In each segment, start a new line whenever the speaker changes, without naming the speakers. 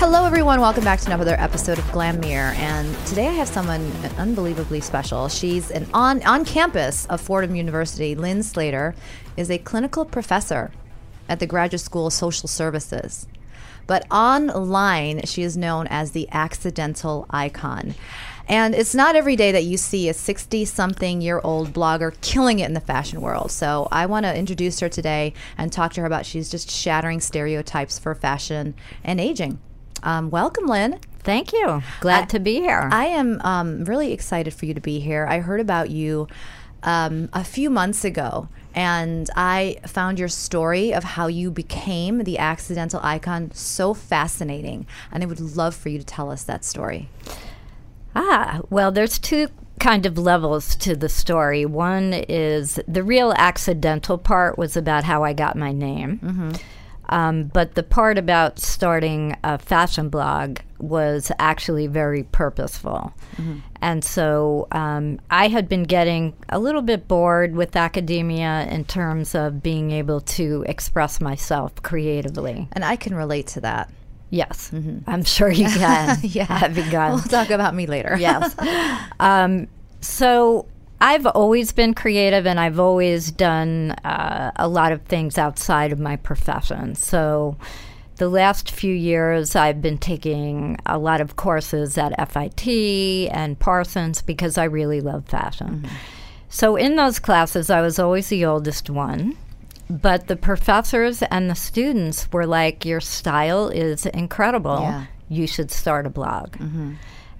Hello, everyone. Welcome back to another episode of Glamir. And today I have someone unbelievably special. She's an on on campus of Fordham University. Lynn Slater is a clinical professor at the Graduate School of Social Services. But online, she is known as the accidental icon. And it's not every day that you see a 60 something year old blogger killing it in the fashion world. So I want to introduce her today and talk to her about she's just shattering stereotypes for fashion and aging. Um, welcome, Lynn.
Thank you. Glad
I-
to be here.
I am um, really excited for you to be here. I heard about you um, a few months ago, and I found your story of how you became the accidental icon so fascinating. And I would love for you to tell us that story.
ah, well, there's two kind of levels to the story. One is the real accidental part was about how I got my name. Um, but the part about starting a fashion blog was actually very purposeful. And so um, I had been getting a little bit bored with academia in terms of being able to express myself creatively.
And I can relate to that.
Yes, I'm sure you can.
Yeah.
having gone
We'll talk about me later.
yes. Um, so I've always been creative and I've always done uh, a lot of things outside of my profession. So the last few years, I've been taking a lot of courses at FIT and Parsons because I really love fashion. So in those classes, I was always the oldest one. But the professors and the students were like, Your style is incredible.
Yeah. Mm-hmm.
You should start a blog.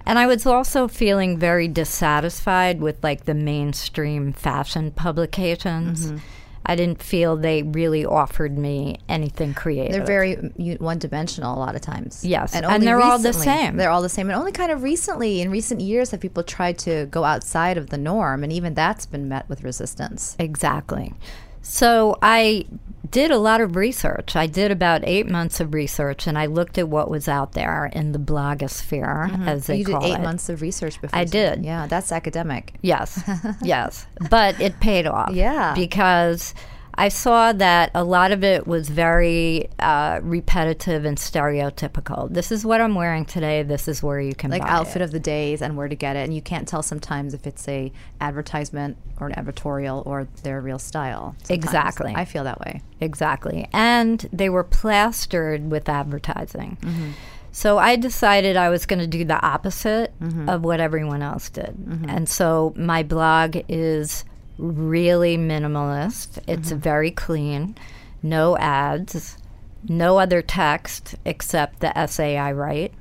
And I was also feeling very dissatisfied with like the mainstream fashion publications.
Mm-hmm.
I didn't feel they really offered me anything creative.
They're very one dimensional a lot of times.
Yes, and they're all the same.
They're all the same. And only kind of recently, in recent years, have people tried to go outside of the norm. And even that's been met with resistance.
Exactly. So I did a lot of research. I did about eight months of research and I looked at what was out there in the blogosphere, as they
Mm-hmm. you did
call
eight
it.
months of research before.
I
you-
did.
Yeah, that's academic.
Yes, yes. But it paid off.
Yeah.
Because I saw that a lot of it was very uh, repetitive and stereotypical. This is what I'm wearing today. This is where you can
Like
buy
outfit
it.
of the days and where to get it, and you can't tell sometimes if it's a advertisement or an advertorial or their real style. sometimes.
Exactly.
I feel that way.
Exactly. And they were plastered with advertising. So I decided I was going to do the opposite of what everyone else did. And so my blog is really minimalist, it's very clean, no ads, no other text except the essay I write,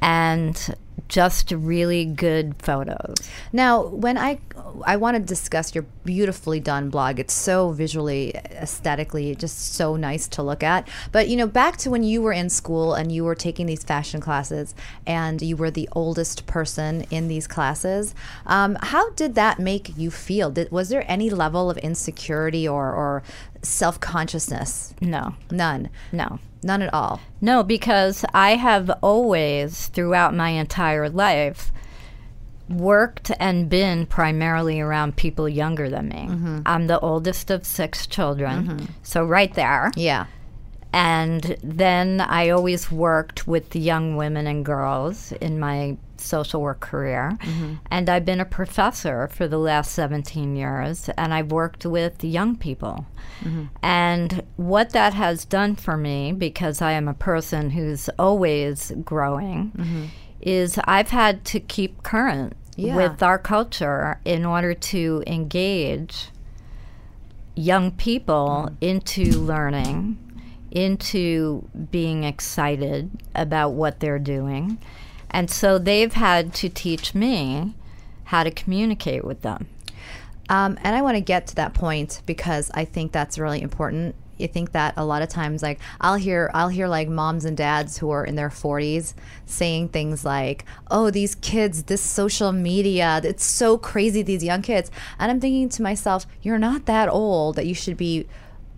and just really good photos.
Now, when I I want to discuss your beautifully done blog, it's so visually, aesthetically, just so nice to look at. But you know, back to when you were in school and you were taking these fashion classes, and you were the oldest person in these classes. Um, how did that make you feel? Did, was there any level of insecurity or, or self consciousness?
No,
None.
no.
None at all.
No, because I have always, throughout my entire life, worked and been primarily around people younger than me. I'm the oldest of six children, so right there.
Yeah.
And then I always worked with the young women and girls in my social work career. And I've been a professor for the last 17 years, and I've worked with young people. And what that has done for me, because I am a person who's always growing, is I've had to keep current
Yeah.
with our culture in order to engage young people into learning, into being excited about what they're doing. And so they've had to teach me how to communicate with them.
Um, and I want to get to that point because I think that's really important. I think that a lot of times, like I'll hear, I'll hear like moms and dads who are in their 40s saying things like, "Oh, these kids, this social media, it's so crazy. These young kids." And I'm thinking to myself, "You're not that old that you should be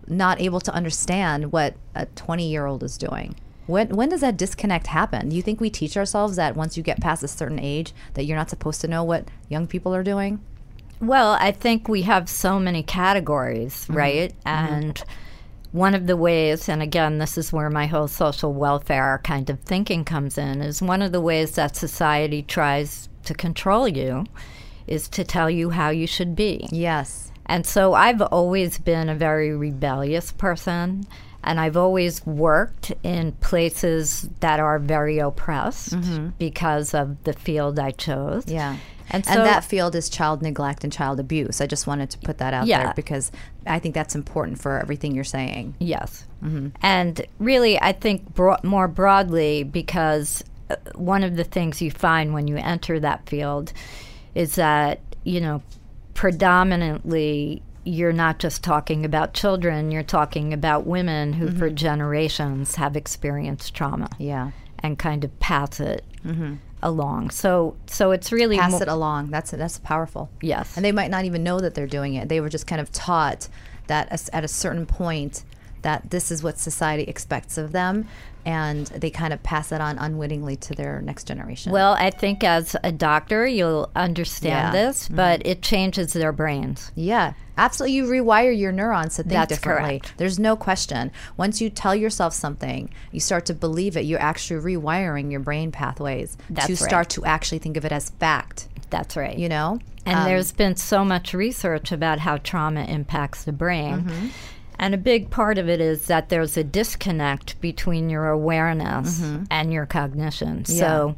not able to understand what a 20 year old is doing." When when does that disconnect happen? Do you think we teach ourselves that once you get past a certain age that you're not supposed to know what young people are doing?
Well, I think we have so many categories, right? And one of the ways, and again, this is where my whole social welfare kind of thinking comes in, is one of the ways that society tries to control you is to tell you how you should be.
Yes.
And so I've always been a very rebellious person, and I've always worked in places that are very oppressed because of the field I chose.
Mm-hmm. Yeah.
And
and
so-
that field is child neglect and child abuse. I just wanted to put that out
Yeah.
there because I think that's important for everything you're saying.
Yes.
Mm-hmm.
And really, I think bro- more broadly, because uh, one of the things you find when you enter that field is that, you know, predominantly you're not just talking about children, you're talking about women who, for generations, have experienced trauma
Mm-hmm. Yeah. Mm-hmm.
and kind of pass it along. So, so it's really
Pass
mo-
it along. That's that's powerful.
Yes.
And they might not even know that they're doing it. They were just kind of taught that as- at a certain point that this is what society expects of them and they kind of pass it on unwittingly to their next generation.
Well, I think as a doctor, you'll understand
Yeah. Mm-hmm.
this, but it changes their brains.
Yeah, absolutely. You rewire your neurons to think
That's
differently.
correct.
There's no question. Once you tell yourself something, you start to believe it. You're actually rewiring your brain pathways
That's
to
right.
start to actually think of it as fact.
That's right.
You know,
And
Um,
there's been so much research about how trauma impacts the brain.
Mm-hmm.
And a big part of it is that there's a disconnect between your awareness
Mm-hmm.
and your cognition. So,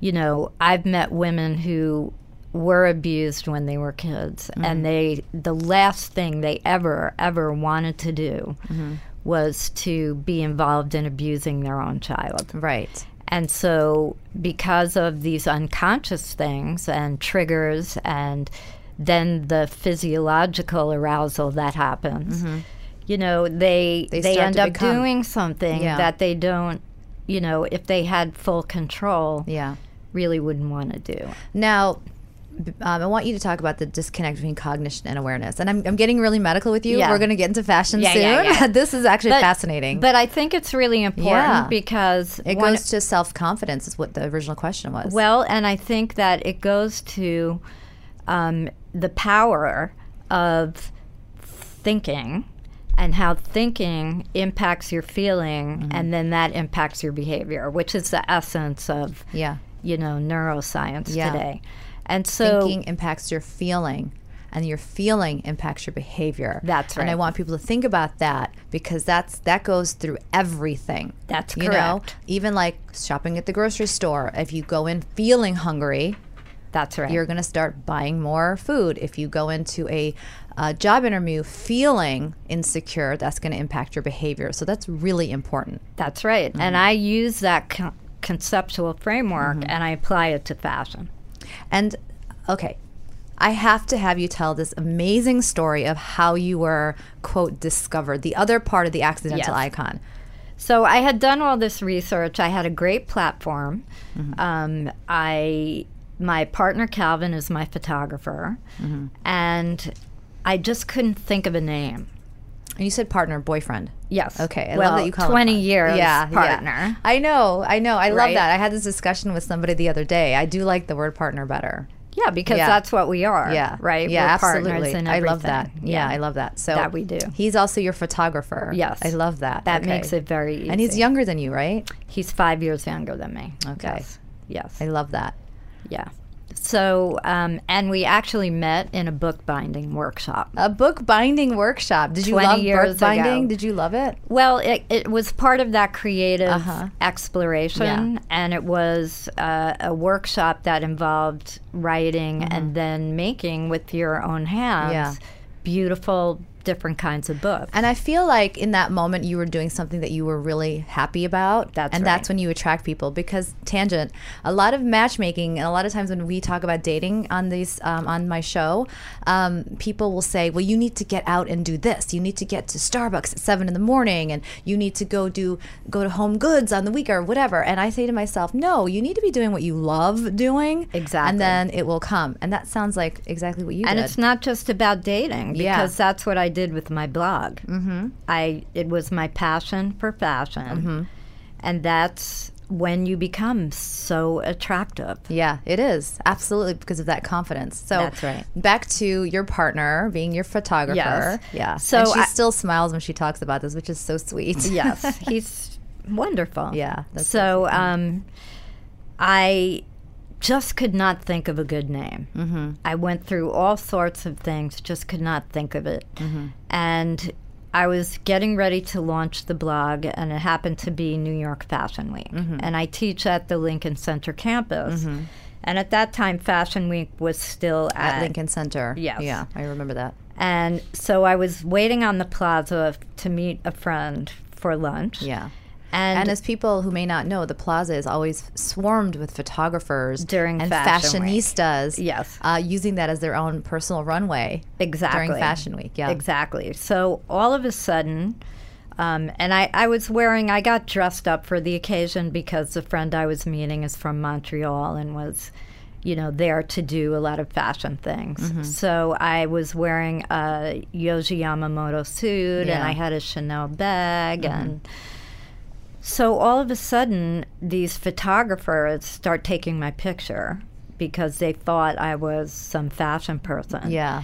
you know, I've met women who were abused when they were kids
Mm-hmm.
and they the last thing they ever ever wanted to do
Mm-hmm.
was to be involved in abusing their own child.
right.
And so, because of these unconscious things and triggers, and then the physiological arousal that happens, you know, they they,
Mm-hmm. start
end
to
up
become-
doing something
Yeah.
that they don't, you know, if they had full control,
Yeah.
really wouldn't want to do.
Now, b- um, I want you to talk about the disconnect between cognition and awareness. And I'm, I'm getting really medical with you.
Yeah.
We're going to get into fashion
Yeah,
soon.
yeah, yeah.
this is actually
But-
fascinating.
But I think it's really important
Yeah.
because
it
one-
goes to self confidence, is what the original question was.
Well, and I think that it goes to um, the power of thinking and how thinking impacts your feeling,
Mm-hmm.
and then that impacts your behavior, which is the essence of,
yeah.
you know, neuroscience
Yeah.
today. And so,
thinking impacts your feeling and your feeling impacts your behavior.
That's
And I
right.
want people to think about that because that's that goes through everything.
That's
you Know?
correct.
Even like shopping at the grocery store. If you go in feeling hungry,
that's right.
you're going to start buying more food. If you go into a uh, job interview feeling insecure, that's going to impact your behavior. So that's really important.
That's right. And
Mm-hmm.
I use that con- conceptual framework and I apply it to fashion.
And okay, I have to have you tell this amazing story of how you were, quote, discovered, the other part of the accidental
Yes.
icon.
So I had done all this research. I had a great platform.
Mm-hmm.
Um, I my partner Calvin is my photographer,
Mm-hmm.
and I just couldn't think of a name.
And you said partner, boyfriend.
Yes.
Okay. I
well,
love that you call him
twenty
that.
years
Yeah, yeah.
partner.
I know. I know. I love
Right?
that. I had this discussion with somebody the other day. I do like the word partner better.
Yeah, because
Yeah.
that's what we are.
Yeah.
Right.
Yeah.
We're
absolutely.
Partners in
I love that.
everything.
Yeah, I love that. So
That we do.
He's also your photographer.
Yes.
I love that.
That
Okay.
makes it very easy.
And he's younger than you, right?
He's five years younger than me.
Okay.
Yes. Yes.
I love that.
yeah. So, um, and we actually met in a bookbinding workshop.
A book binding workshop. Did you
20
love
years
book binding?
ago.
Did you love it?
Well, it, it was part of that creative exploration,
Uh-huh. Yeah.
and it was uh, a workshop that involved writing and then making with your own hands
Mm-hmm. Yeah.
beautiful, different kinds of books.
And I feel like in that moment you were doing something that you were really happy about.
That's
and
right.
that's when you attract people because tangent. A lot of matchmaking and a lot of times when we talk about dating on these um, on my show, um, people will say, "Well, you need to get out and do this. You need to get to Starbucks at seven in the morning, and you need to go do go to Home Goods on the week or whatever." And I say to myself, "No, you need to be doing what you love doing.
Exactly.
And then it will come. And that sounds like exactly what you
And
did.
it's not just about dating because
Yeah.
that's what I did with my blog. Mm-hmm. I it was my passion for fashion,
Mm-hmm.
and that's when you become so attractive.
Yeah, it is absolutely because of that confidence. So
That's right.
Back to your partner being your photographer.
Yes.
Yeah.
So
and she
I-
still smiles when she talks about this, which is so sweet.
Yes, he's wonderful.
Yeah, that's
so um, I just could not think of a good name. Mm-hmm. I went through all sorts of things, just could not think of it.
Mm-hmm.
And I was getting ready to launch the blog, and it happened to be New York Fashion Week.
Mm-hmm.
And I teach at the Lincoln Center campus. And at that time, Fashion Week was still at,
At Lincoln Center.
Yes.
Yeah, I remember that.
And so I was waiting on the plaza to meet a friend for lunch.
Yeah.
And,
And as people who may not know, the plaza is always swarmed with photographers
During
and
Fashion Week.
fashionistas.
Yes.
uh, using that as their own personal runway
Exactly.
during Fashion Week. Yeah,
Exactly. So all of a sudden, um, and I, I was wearing, I got dressed up for the occasion because the friend I was meeting is from Montreal and was, you know, there to do a lot of fashion things.
Mm-hmm.
So I was wearing a Yoji Yamamoto suit and
Yeah. Mm-hmm.
I had a Chanel bag and. So all of a sudden, these photographers start taking my picture because they thought I was some fashion person.
Yeah.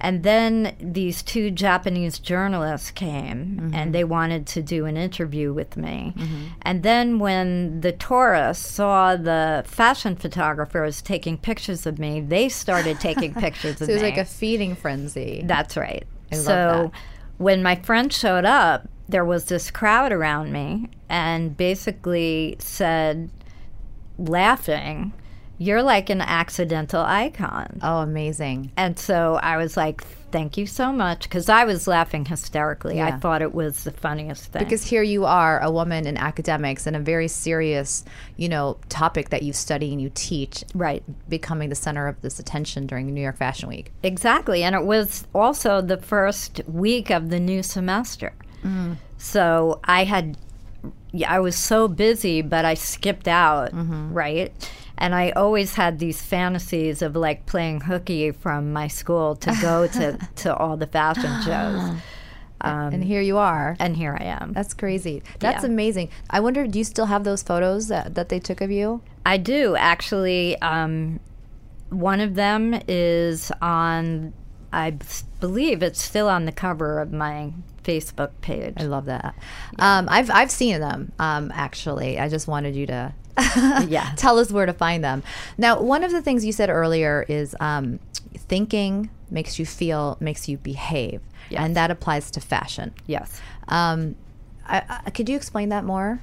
And then these two Japanese journalists came
Mm-hmm.
and they wanted to do an interview with me. And then when the tourists saw the fashion photographers taking pictures of me, they started taking pictures of
So it was
me.
like a feeding frenzy.
That's right.
love
so
that.
when my friend showed up, there was this crowd around me and basically said, laughing, You're like an accidental icon.
oh, amazing.
And so I was like, Thank you so much. Because I was laughing hysterically.
Yeah.
I thought it was the funniest thing.
Because here you are, a woman in academics and a very serious, you know, topic that you study and you teach,
right.
becoming the center of this attention during New York Fashion Week.
Exactly. And it was also the first week of the new semester.
Mm.
So I had, yeah, I was so busy, but I skipped out,
Mm-hmm.
right? And I always had these fantasies of like playing hooky from my school to go to, to all the fashion shows.
and here you are.
Um, And here I am.
That's crazy. That's
Yeah.
amazing. I wonder, do you still have those photos that, that they took of you?
I do actually. Um, one of them is on, I b- believe it's still on the cover of my Facebook page.
I love that. Um, I've, I've seen them, um, actually. I just wanted you to
yeah.
tell us where to find them. Now, one of the things you said earlier is um, thinking makes you feel, makes you behave.
Yes.
And that applies to fashion.
Yes.
Um, I, I, could you explain that more?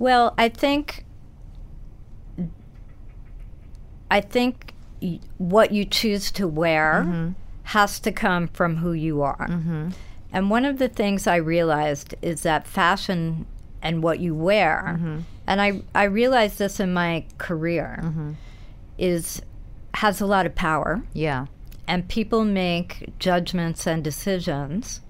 Well, I think I think y- what you choose to wear has to come from who you are. And one of the things I realized is that fashion and what you wear, and I I realized this in my career, is has a lot of power
Yeah.
and people make judgments and decisions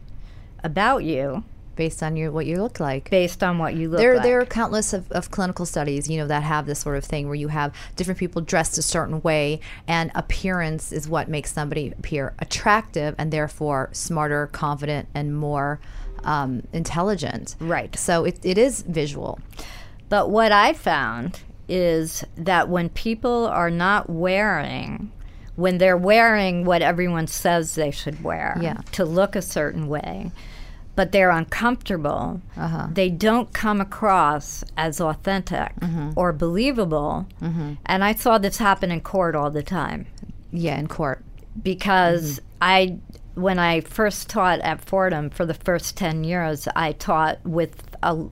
about you
Based on your what you look like.
based on what you look
There,
like.
there are countless of, of clinical studies, you know, that have this sort of thing where you have different people dressed a certain way, and appearance is what makes somebody appear attractive and therefore smarter, confident, and more um, intelligent.
Right.
So it, it is visual.
But what I found is that when people are not wearing, when they're wearing what everyone says they should wear
Yeah.
to look a certain way, but they're uncomfortable. They don't come across as authentic or believable. And I saw this happen in court all the time
Yeah, in court.
because
Mm-hmm.
I when I first taught at Fordham for the first 10 years, I taught with a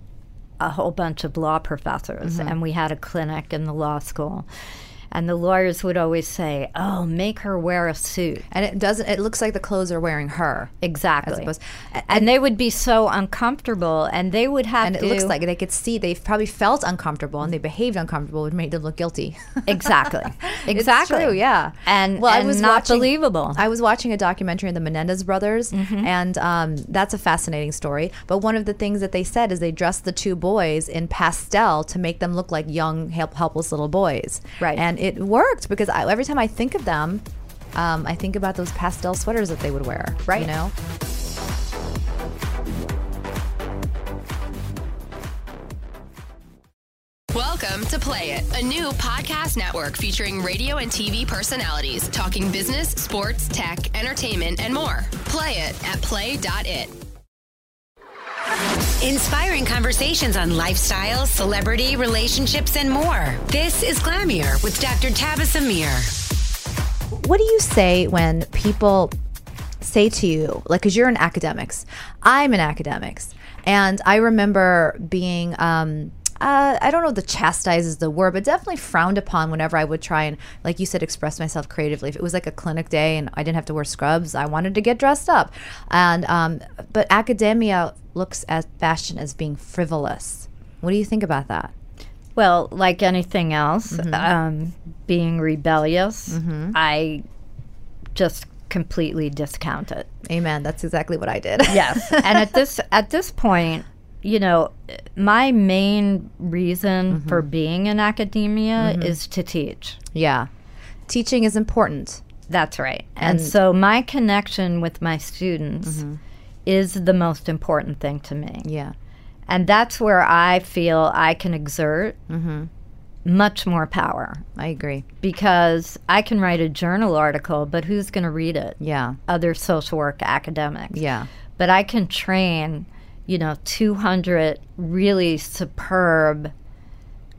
a whole bunch of law professors
Mm-hmm.
and we had a clinic in the law school. And the lawyers would always say, "Oh, make her wear a suit."
And it doesn't. It looks like the clothes are wearing her.
Exactly.
opposed-
A- and they would be so uncomfortable and they would have
And it
to
looks like they could see they've probably felt uncomfortable and they behaved uncomfortable, which made them look guilty.
Mm-hmm. Exactly. Exactly.
It's true, yeah.
And
well,
and
I was
not
watching,
believable.
I was watching a documentary on the Menendez brothers,
Mm-hmm.
and um, that's a fascinating story. But one of the things that they said is they dressed the two boys in pastel to make them look like young, help, helpless little boys.
Right.
And it worked because I, every time I think of them, um, I think about those pastel sweaters that they would wear.
Right.
You know.
Welcome to Play It, a new podcast network featuring radio and TV personalities talking business, sports, tech, entertainment, and more. Play it at play.it.
Inspiring conversations on lifestyle, celebrity, relationships, and more. This is Glamier with Dr. Tavis Amir.
What do you say when people say to you, like, because you're in academics, I'm in academics, and I remember being, um, uh, I don't know if the chastise is the word, but definitely frowned upon whenever I would try and, like you said, express myself creatively. If it was like a clinic day and I didn't have to wear scrubs, I wanted to get dressed up. And um, but academia looks at fashion as being frivolous. What do you think about that?
Well, like anything else, um, being rebellious, I just completely discount it.
Amen. That's exactly what I did.
Yes, and at this at this point, you know, my main reason for being in academia is to teach.
yeah. Teaching is important.
That's right. And, so my connection with my students is the most important thing to me.
Yeah.
And that's where I feel I can exert much more power.
I agree.
because I can write a journal article, but who's going to read it?
Yeah.
Other social work academics.
Yeah.
But I can train, you know, 200 really superb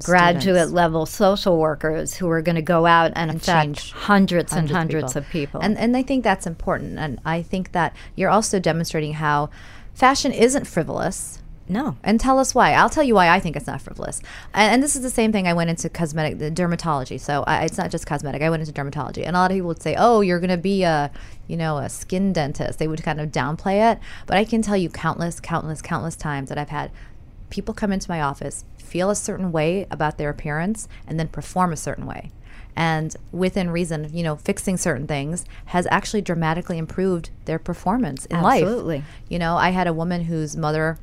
graduate level social workers who are going to go out and, affect
change
hundreds, and
hundreds
hundreds of people.
And and I think that's important. And I think that you're also demonstrating how fashion isn't frivolous.
no.
And tell us why. I'll tell you why I think it's not frivolous. And, and this is the same thing I went into cosmetic, the dermatology. So I, it's not just cosmetic. I went into dermatology, and a lot of people would say, "Oh, you're going to be a, you know, a skin dentist." They would kind of downplay it. But I can tell you countless, countless, countless times that I've had people come into my office, feel a certain way about their appearance, and then perform a certain way. And within reason, you know, fixing certain things has actually dramatically improved their performance in life.
Absolutely.
You know, I had a woman whose mother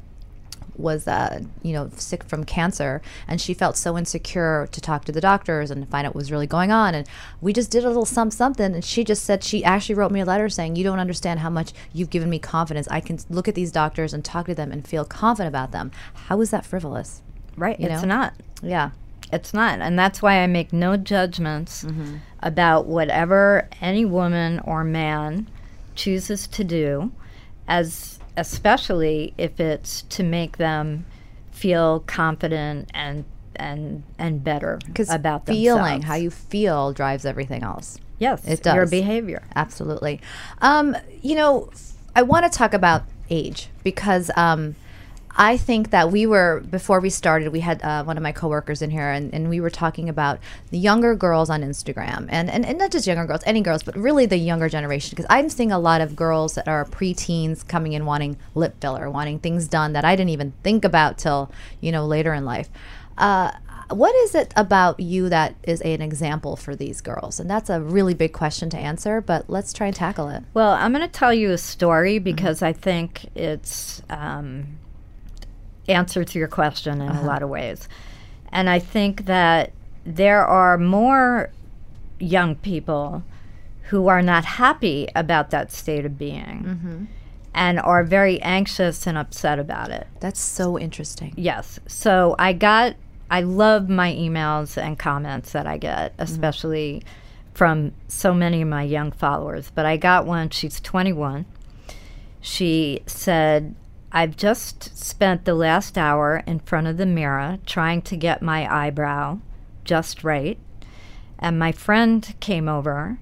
was uh, you know sick from cancer and she felt so insecure to talk to the doctors and find out what was really going on and we just did a little some something and she just said she actually wrote me a letter saying you don't understand how much you've given me confidence i can look at these doctors and talk to them and feel confident about them how is that frivolous
Right. It's
know?
not.
yeah
It's not. And that's why I make no judgments
Mm-hmm.
about whatever any woman or man chooses to do, as especially if it's to make them feel confident and and and better
because
about
feeling
themselves.
how you feel drives everything else
yes,
it
your
does.
behavior.
Absolutely. Um, you know, I want to talk about age because um, I think that we were, before we started, we had uh, one of my coworkers in here and, and we were talking about the younger girls on Instagram and, and, and not just younger girls, any girls, but really the younger generation because I'm seeing a lot of girls that are preteens coming in wanting lip filler, wanting things done that I didn't even think about till, you know, later in life. Uh, what is it about you that is an example for these girls? And that's a really big question to answer, but let's try and tackle it.
Well, I'm going to tell you a story because I think it's um, answers your question in a lot of ways. And I think that there are more young people who are not happy about that state of being and are very anxious and upset about it.
That's so interesting.
Yes. So I got, I love my emails and comments that I get, especially from so many of my young followers. But I got one, she's 21. She said, I've just spent the last hour in front of the mirror trying to get my eyebrow just right. And my friend came over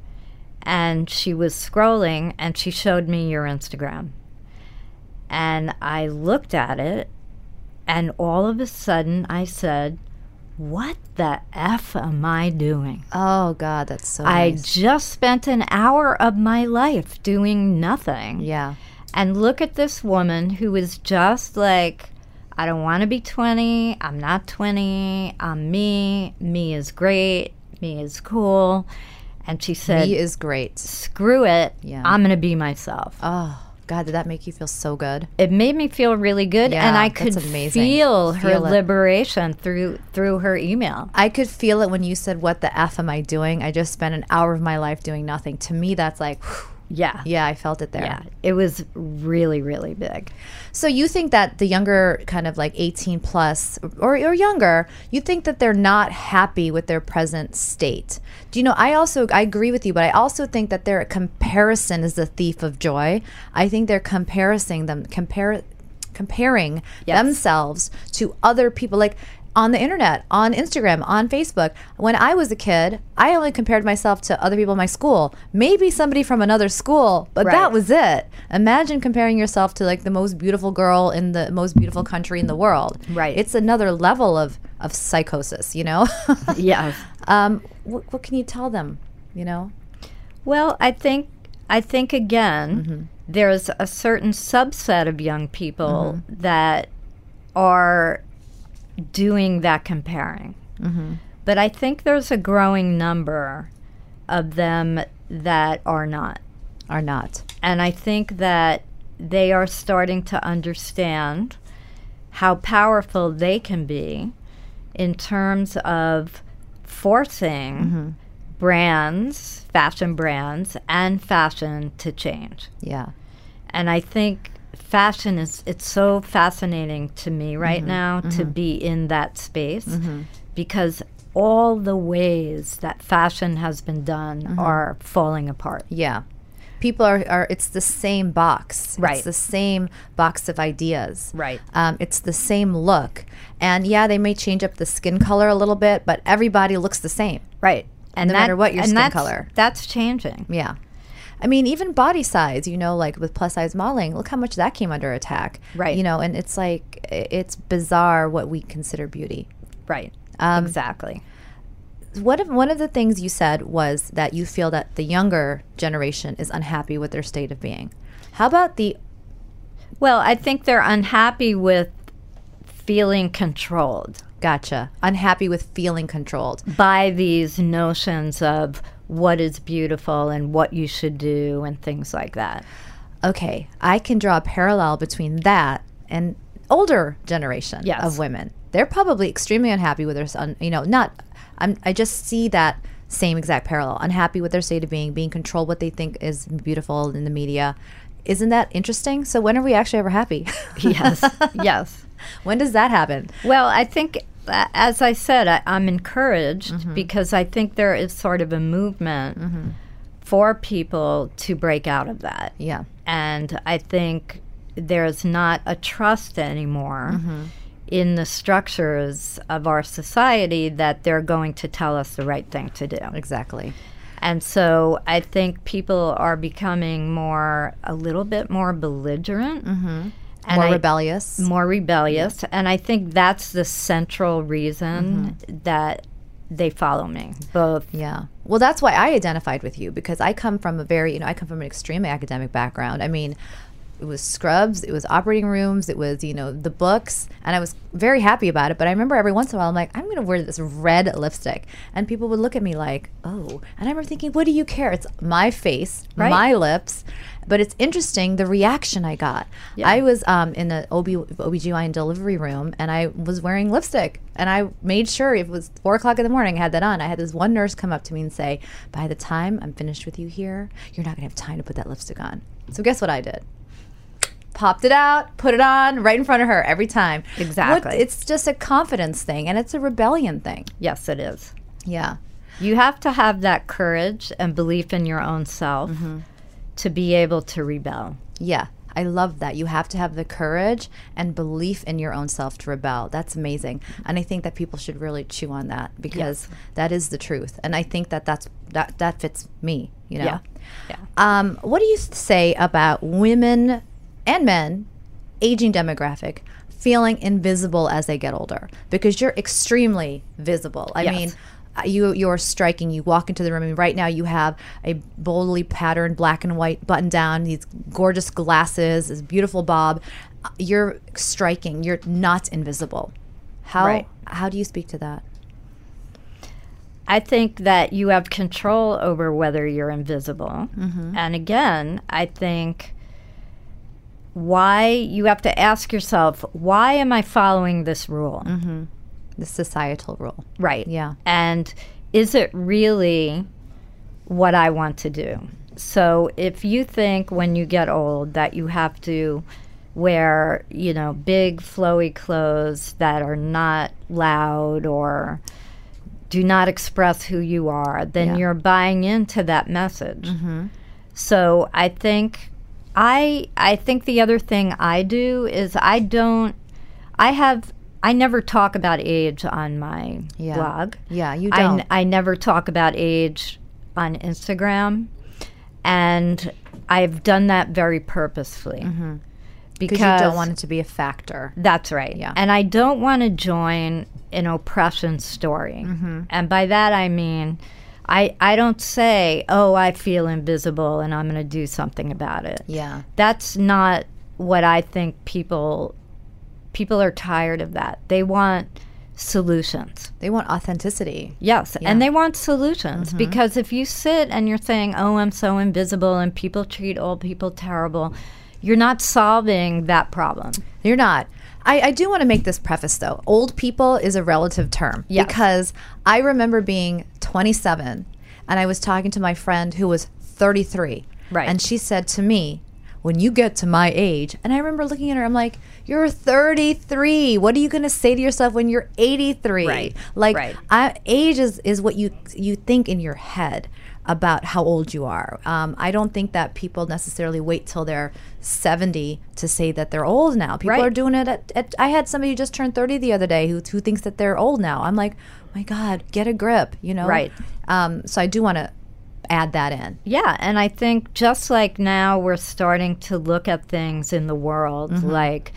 and she was scrolling and she showed me your Instagram. And I looked at it and all of a sudden I said, What the F am I doing?
Oh God, that's so.
I
nice.
just spent an hour of my life doing nothing.
yeah.
And look at this woman who is just like, I don't want to be 20. I'm not 20. I'm me. Me is great. Me is cool. And she said,
He is great.
screw it.
Yeah.
I'm going to be myself.
Oh God, did that make you feel so good?
it made me feel really good.
Yeah,
and I
that's
could
amazing.
feel her
Feel it.
liberation through through her email.
I could feel it when you said, "What the f am I doing? I just spent an hour of my life doing nothing." To me, that's like, whew,
Yeah.
yeah, I felt it there.
Yeah. It was really, really big.
So you think that the younger, kind of like eighteen plus or, or younger, you think that they're not happy with their present state. Do you know? I also I agree with you, but I also think that their comparison is the thief of joy. I think they're comparing them compare comparing themselves to other people like on the internet, on Instagram, on Facebook. When I was a kid, I only compared myself to other people in my school, maybe somebody from another school, but that
Right.
was it. Imagine comparing yourself to like the most beautiful girl in the most beautiful country in the world.
Right.
It's another level of of psychosis, you know.
Yeah.
um, what, what can you tell them? You know.
Well, I think I think again there's a certain subset of young people that are doing that comparing. But I think there's a growing number of them that are not.
Are not.
And I think that they are starting to understand how powerful they can be in terms of forcing brands, fashion brands, and fashion to change.
Yeah.
And I think fashion is, it's so fascinating to me right now to be in that space because all the ways that fashion has been done are falling apart.
Yeah. People are, are it's the same box. It's
Right.
the same box of ideas.
Right.
Um, it's the same look. And yeah, they may change up the skin color a little bit, but everybody looks the same.
Right. And
No matter what your
and
skin
that's-
color.
That's changing.
Yeah. I mean, even body size, you know, like with plus size modeling, look how much that came under attack.
Right.
You know, and it's like, i- it's bizarre what we consider beauty.
Right. exactly.
What if, one of the things you said was that you feel that the younger generation is unhappy with their state of being. How about the,
Well, I think they're unhappy with feeling controlled
gotcha, unhappy with feeling controlled?
by these notions of what is beautiful and what you should do and things like that.
okay, I can draw a parallel between that and older generation
Yes.
of women. They're probably extremely unhappy with their, son, you know, not. I'm, I just see that same exact parallel: unhappy with their state of being, being controlled what they think is beautiful in the media. Isn't that interesting? So when are we actually ever happy?
Yes. yes.
when does that happen?
Well, I think, uh, as I said, I, I'm encouraged
Mm-hmm.
because I think there is sort of a movement for people to break out of that.
Yeah.
And I think there's not a trust anymore
Mm-hmm.
in the structures of our society that they're going to tell us the right thing to do.
Exactly.
And so I think people are becoming more, a little bit more belligerent. Mm-hmm. And
More
I-
rebellious.
more rebellious. And I think that's the central reason that they follow me. Both.
Yeah. Well, that's why I identified with you because I come from a very, you know, I come from an extremely academic background. I mean, it was scrubs, it was operating rooms, it was, you know, the books, and I was very happy about it. But I remember every once in a while, I'm like, I'm going to wear this red lipstick. And people would look at me like, oh. And I remember thinking, what do you care? It's my face,
Right.
my lips. But it's interesting the reaction I got. I was um, in an OB, OBGYN delivery room and I was wearing lipstick. And I made sure it was four o'clock in the morning, I had that on. I had this one nurse come up to me and say, By the time I'm finished with you here, you're not going to have time to put that lipstick on. So guess what I did? Popped it out, put it on right in front of her every time.
Exactly.
What, it's just a confidence thing and it's a rebellion thing.
Yes, it is.
Yeah.
You have to have that courage and belief in your own self to be able to rebel.
Yeah. I love that. You have to have the courage and belief in your own self to rebel. That's amazing. And I think that people should really chew on that because that is the truth. And I think that that's that that fits me, you know.
Yeah. Yeah.
Um, what do you say about women and men, aging demographic, feeling invisible as they get older? Because you're extremely visible. I
Yes.
mean, uh, you you're striking. You walk into the room, and right now you have a boldly patterned black and white button down, these gorgeous glasses, this beautiful bob. Uh, You're striking. You're not invisible. How
Right.
how do you speak to that?
I think that you have control over whether you're invisible. And again, I think why you have to ask yourself, why am I following this rule?
The societal rule.
Right.
Yeah.
And is it really what I want to do? So if you think when you get old that you have to wear, you know, big flowy clothes that are not loud or do not express who you are, then you're buying into that message.
Mm-hmm.
So I think I I think the other thing I do is I don't I have I never talk about age on my
Yeah.
blog.
Yeah, you
I n-
don't.
I never talk about age on Instagram, and I've done that very purposefully
Because Mm-hmm. you don't want it to be a factor.
That's right.
Yeah.
And I don't want to join an oppression story.
Mm-hmm.
And by that I mean, I I don't say, oh, I feel invisible and I'm going to do something about it.
Yeah.
That's not what I think people people are tired of that. They want solutions.
They want authenticity.
Yes, and they want solutions
Mm-hmm.
because if you sit and you're saying, "Oh, I'm so invisible and people treat old people terrible," you're not solving that problem.
You're not. I, I do want to make this preface though. Old people is a relative term
Yes.
because I remember being 27 and I was talking to my friend who was 33.
Right.
And she said to me, when you get to my age, and I remember looking at her, I'm like, you're 33. What are you going to say to yourself when you're 83?
Right.
Like,
Right.
I, age is, is what you you think in your head about how old you are. Um, I don't think that people necessarily wait till they're 70 to say that they're old now. People
Right.
are doing it. At, at, I had somebody who just turned 30 the other day who, who thinks that they're old now. I'm like, my God, get a grip, you know?
Right.
Um, so I do want to add that in.
Yeah, and I think just like now we're starting to look at things in the world like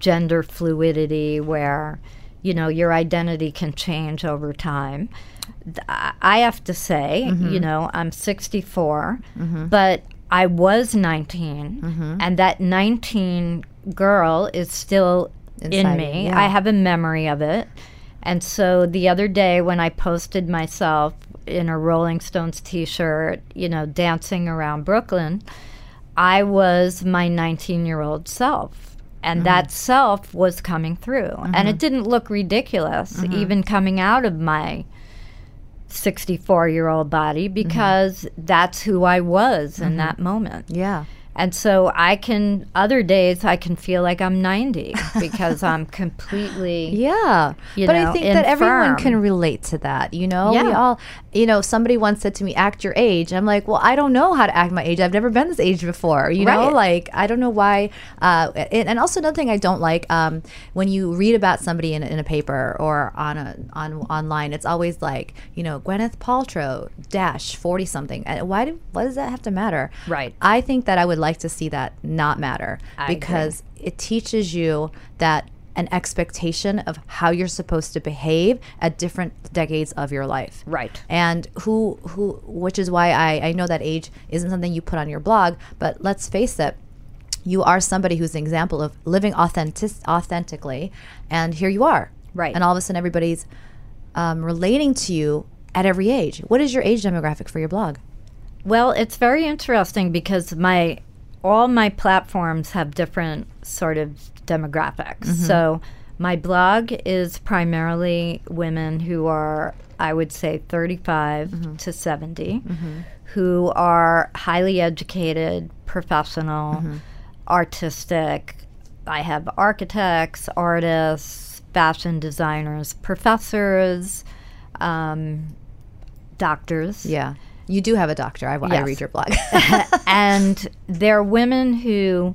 gender fluidity where you know your identity can change over time. Th- I I have to say,
Mm-hmm.
you know, I'm 64, but I was 19
Mm-hmm.
and that 19 girl is still
Inside
in
you,
me.
yeah.
I have a memory of it. And so the other day when I posted myself in a Rolling Stones t shirt, you know, dancing around Brooklyn, I was my 19 year old self. And that self was coming through. And it didn't look ridiculous, even coming out of my 64 year old body, because that's who I was in that moment.
Yeah.
And so I can, other days, I can feel like I'm 90 because I'm completely.
Yeah.
you
but I
know,
think that everyone
infirm.
can relate to that, you know? We
Yeah.
all, you know, somebody once said to me, act your age. And I'm like, well, I don't know how to act my age. I've never been this age before, you know?
Right.
Like, I don't know why. Uh, and, and also, another thing I don't like um, when you read about somebody in, a- in a paper or on a on online, it's always like, you know, Gwyneth Paltrow, dash, 40 something. And Why, do, why does that have to matter?
Right.
I think that I would like to see that not matter because it teaches you that an expectation of how you're supposed to behave at different decades of your life.
Right.
And who who which is why I I know that age isn't something you put on your blog, but let's face it, you are somebody who's an example of living authentic authentically and here you are.
Right.
And all of a sudden everybody's um, relating to you at every age. What is your age demographic for your blog?
Well, it's very interesting because my all my platforms have different sort of demographics. So my blog is primarily women who are, I would say, 35 to 70, who are highly educated, professional, artistic. I have architects, artists, fashion designers, professors, um, doctors.
Yeah. You do have a doctor. I, I
Yes.
read your blog.
and they're women who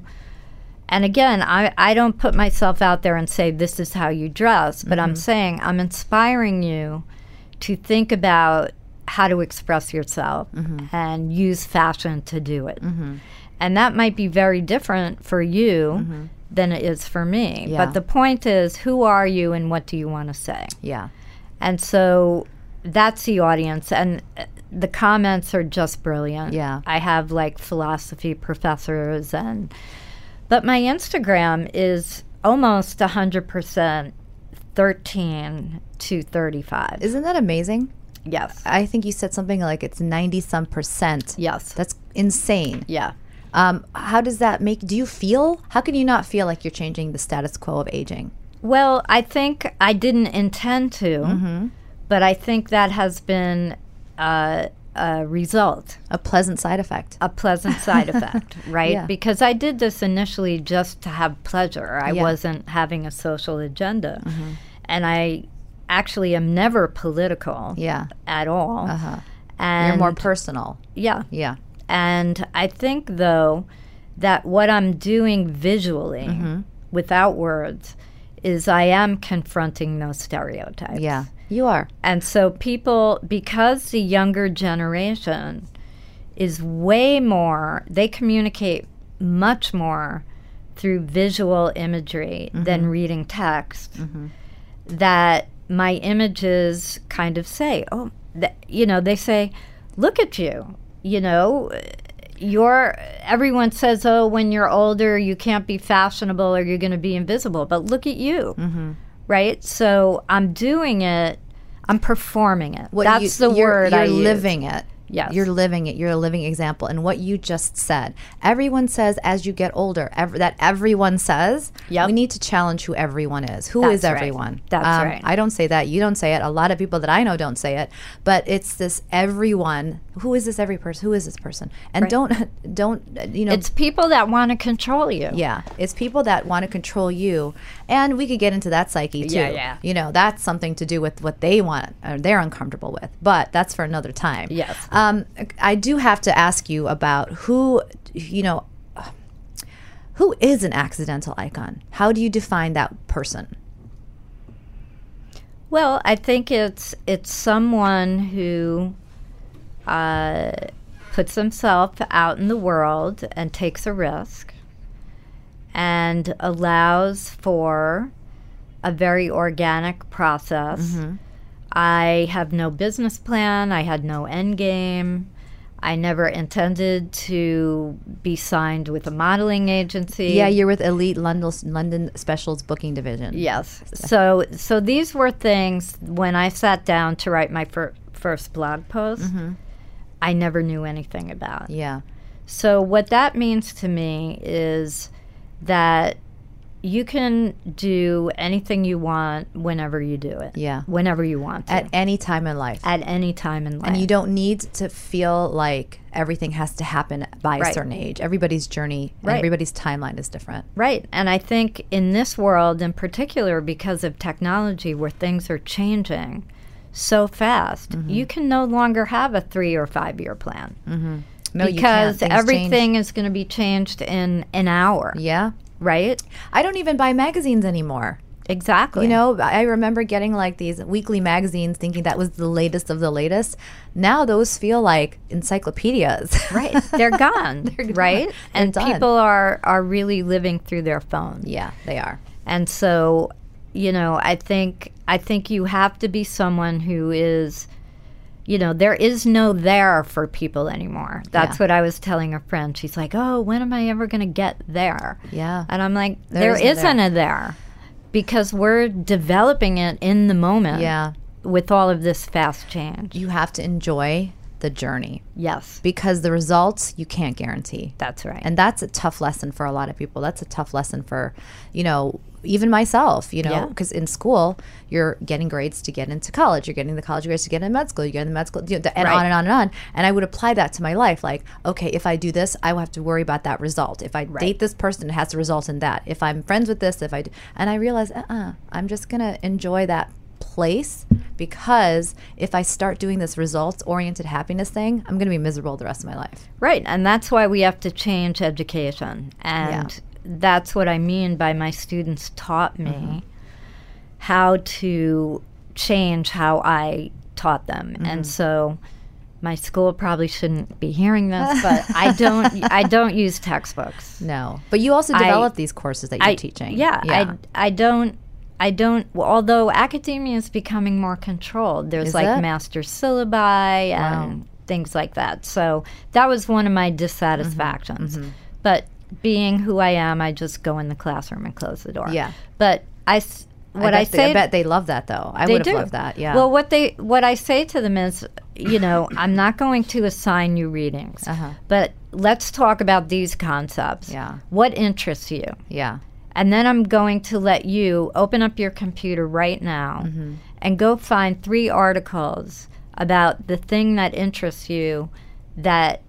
And again, I, I don't put myself out there and say, this is how you dress, but I'm saying I'm inspiring you to think about how to express yourself and use fashion to do it. And that might be very different for you than it is for me.
Yeah.
But the point is, who are you and what do you want to say?
Yeah.
And so that's the audience. And uh, the comments are just brilliant.
Yeah.
I have like philosophy professors and, but my Instagram is almost 100% 13 to 35.
Isn't that amazing?
yes.
I think you said something like it's 90 some percent.
Yes.
That's insane.
yeah.
Um, how does that make do you feel? How can you not feel like you're changing the status quo of aging?
Well, I think I didn't intend to, but I think that has been uh, a result.
A pleasant side effect.
a pleasant side effect, right?
Yeah.
Because I did this initially just to have pleasure. I
Yeah. Mm-hmm.
wasn't having a social agenda. And I actually am never political
Yeah. Uh-huh.
at all. And
You're more personal.
yeah.
Yeah.
And I think though that what I'm doing visually
Mm-hmm.
without words is I am confronting those stereotypes.
Yeah. You are.
And so people, because the younger generation is way more, they communicate much more through visual imagery than
Mm-hmm.
reading text, that my images kind of say, oh, th- you know, they say, look at you, you know. You're, everyone says, oh, when you're older, you can't be fashionable or you're going to be invisible. But look at you,
Mm-hmm.
right? So I'm doing it I'm performing it.
What
That's
you-
the
you're-
word
you're
I use.
living it.
Yes.
You're living it. You're a living example. And what you just said, everyone says as you get older, ev- that everyone says,
Yep.
we need to challenge who everyone is. Who is
That's right.
everyone? Um,
That's right.
I don't say that. You don't say it. A lot of people that I know don't say it. But it's this everyone. Who is this every person? Who is this person? And don't, don't, you know.
It's people that want to control you.
Yeah, it's people that want to control you, and we could get into that psyche too.
Yeah, yeah.
You know, that's something to do with what they want or they're uncomfortable with, but that's for another time.
Yes.
Um, I do have to ask you about who, you know, who is an accidental icon? How do you define that person?
Well, I think it's it's someone who uh, puts themselves out in the world and takes a risk and allows for a very organic process.
Mm-hmm.
I have no business plan. I had no end game. I never intended to be signed with a modeling agency.
Yeah, you're with Elite London London Specials Booking Division.
Yes. So so these were things when I sat down to write my fir- first blog post. I never knew anything about.
Mm-hmm. Yeah.
So what that means to me is that you can do anything you want whenever you do it.
Yeah.
Whenever you want to.
At any time in life.
at any time in life.
And you don't need to feel like everything has to happen by a
Right.
certain age. Everybody's journey and
Right.
everybody's timeline is different.
Right. And I think in this world in particular, because of technology where things are changing so fast,
Mm-hmm.
you can no longer have a three or five year plan.
No, you can't.
because
Things
everything is going to be changed in an hour,
change. Yeah.
right?
I don't even buy magazines anymore.
Exactly.
You know, I remember getting like these weekly magazines thinking that was the latest of the latest. Now those feel like encyclopedias.
right. They're gone, right? and
done.
people are are really living through their phone.
yeah, they are.
And so, you know, I think I think you have to be someone who is you know, there is no there for people anymore. That's what I was telling a friend. She's like, "Oh, when am I ever going to get there?"
Yeah.
And I'm like,
There
there
isn't
isn't a there because we're developing it in the moment
Yeah.
with all of this fast change.
You have to enjoy the journey
Yes.
because the results you can't guarantee.
That's right.
and that's a tough lesson for a lot of people that's a tough lesson for you know even myself you know
Yeah.
because in school you're getting grades to get into college you're getting the college grades to get into med school you're getting the med school you know, and on
Right.
and on and on and i would apply that to my life like okay if i do this i will have to worry about that result if i date this person it has to result in that if i'm friends with this if i do and i realize uh-uh i'm just gonna enjoy that place because if i start doing this results oriented happiness thing i'm gonna be miserable the rest of my life
Right, and that's why we have to change education and that's what I mean by my students taught me how to change how I taught them. And so my school probably shouldn't be hearing this, but I don't I don't use textbooks.
No, but you also develop these courses that you're
I-
teaching.
Yeah, I I don't I don't. Well, although academia is becoming more controlled, there's
Is
like
it?
master syllabi and things like that. So that was one of
Mm-hmm,
my dissatisfactions. But being who I am, I just go in the classroom and close the door.
Yeah.
But I s- what I,
bet they,
say
I bet they love that though. I would have
do.
loved that. Yeah.
Well, what they what I say to them is, you know, I'm not going to assign you readings, but let's talk about these concepts.
Uh-huh. Yeah.
What interests you?
yeah.
And then I'm going to let you open up your computer right now
Mm-hmm.
and go find three articles about the thing that interests you that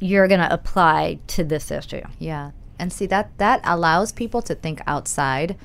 you're going to apply to this issue.
Yeah. And see that that allows people to think outside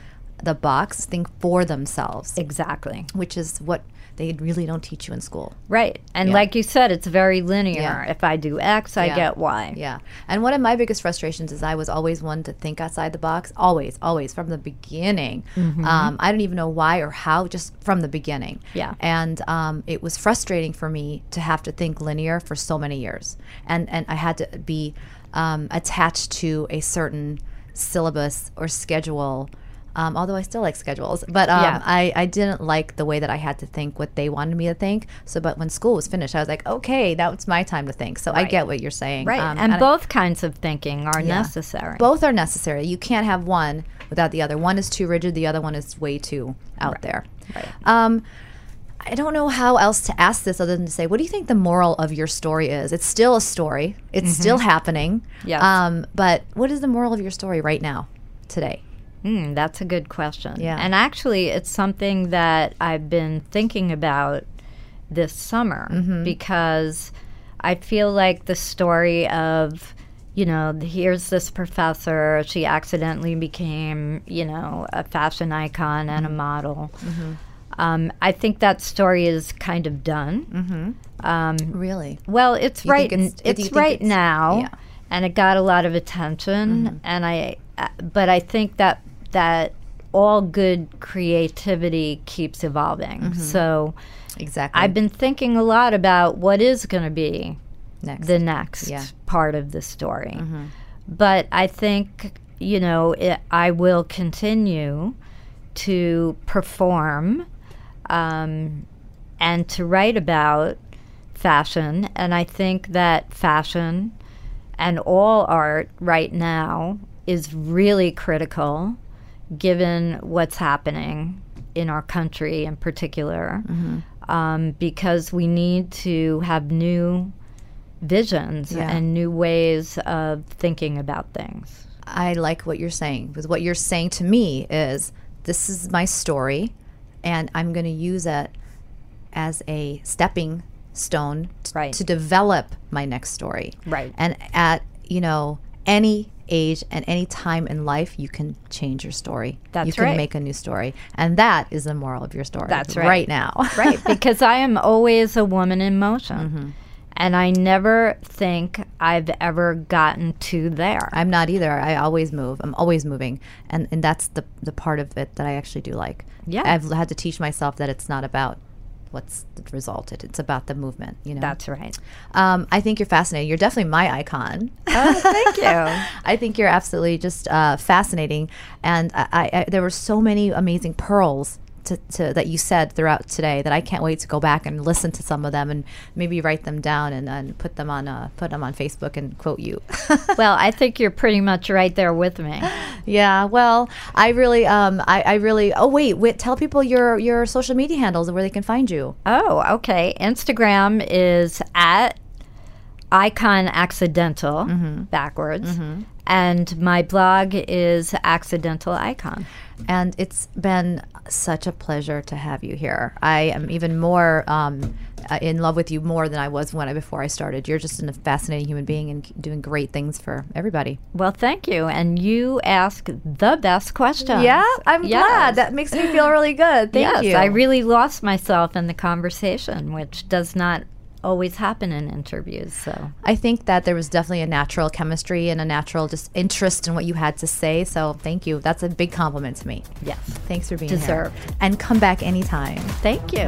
the box, think for themselves,
Exactly.
which is what they really don't teach you in school.
Right. And like you said, it's very linear.
Yeah.
If I do X, I
Yeah.
get Y.
Yeah. And one of my biggest frustrations is I was always one to think outside the box, always, always from the beginning.
Mm-hmm.
Um, I don't even know why or how, just from the beginning.
Yeah.
And um, it was frustrating for me to have to think linear for so many years. And, and I had to be um, attached to a certain syllabus or schedule. Um, although I still like schedules, but um,
Yeah.
I, I didn't like the way that I had to think what they wanted me to think. So, but when school was finished, I was like, okay, that was my time to think. So I get what you're saying.
Right.
Um,
and
I-
both kinds of thinking are necessary.
both are necessary. You can't have one without the other. One is too rigid, the other one is way too out there. Um, I don't know how else to ask this other than to say, what do you think the moral of your story is? It's still a story, it's still happening.
Yes.
Um, but what is the moral of your story right now, today?
Mm, that's a good question.
Yeah.
And actually, it's something that I've been thinking about this summer because I feel like the story of, you know, here's this professor, she accidentally became, you know, a fashion icon and a model. Um, I think that story is kind of done.
Really?
Well, it's right.
it's-
n-
do you
It's,
think
right
it's-
now,
yeah. Mm-hmm.
and it got a lot of attention. And I, uh, but I think that that all good creativity keeps evolving.
Mm-hmm.
So
Exactly.
I've been thinking a lot about what is going to be
Next.
the next
Yeah. Mm-hmm.
part of the story. But I think, you know, it, I will continue to perform um, and to write about fashion. And I think that fashion and all art right now is really critical given what's happening in our country in particular.
Mm-hmm.
Um, because we need to have new visions and new ways of thinking about things.
I like what you're saying because what you're saying to me is this is my story, and I'm going to use it as a stepping stone t-
Right.
to develop my next story.
Right.
And at you know any age and any time in life, you can change your story.
That's
you can
right.
make a new story, and that is the moral of your story.
That's right.
Right now.
Right, because I am always a woman in motion. And I never think I've ever gotten to there.
I'm not either. I always move. I'm always moving, and and that's the the part of it that I actually do like.
Yeah.
I've had to teach myself that it's not about what's the resulted. It's about the movement. You know.
That's right.
Um, I think you're fascinating. You're definitely my icon.
Thank you.
I think you're absolutely just uh, fascinating, and I, I, I there were so many amazing pearls. To, to, that you said throughout today that I can't wait to go back and listen to some of them and maybe write them down and, and put them on uh, put them on Facebook and quote you.
well, I think you're pretty much right there with me.
Yeah, well, I really, um, I, I really. Oh wait, wait, tell people your your social media handles and where they can find you.
Oh, okay. Instagram is at icon accidental backwards. And my blog is accidental icon.
And it's been such a pleasure to have you here. I am even more um, uh, in love with you more than I was when I before I started. You're just a fascinating human being and c- doing great things for everybody.
Well, thank you. And you ask the best questions.
Um,
Yes.
That makes me feel really good.
yes, I really lost myself in the conversation, which does not always happen in interviews. So
I think that there was definitely a natural chemistry and a natural just interest in what you had to say. So thank you. That's a big compliment to me.
yes,
Thanks for being
Deserved.
here. And come back anytime.
thank you.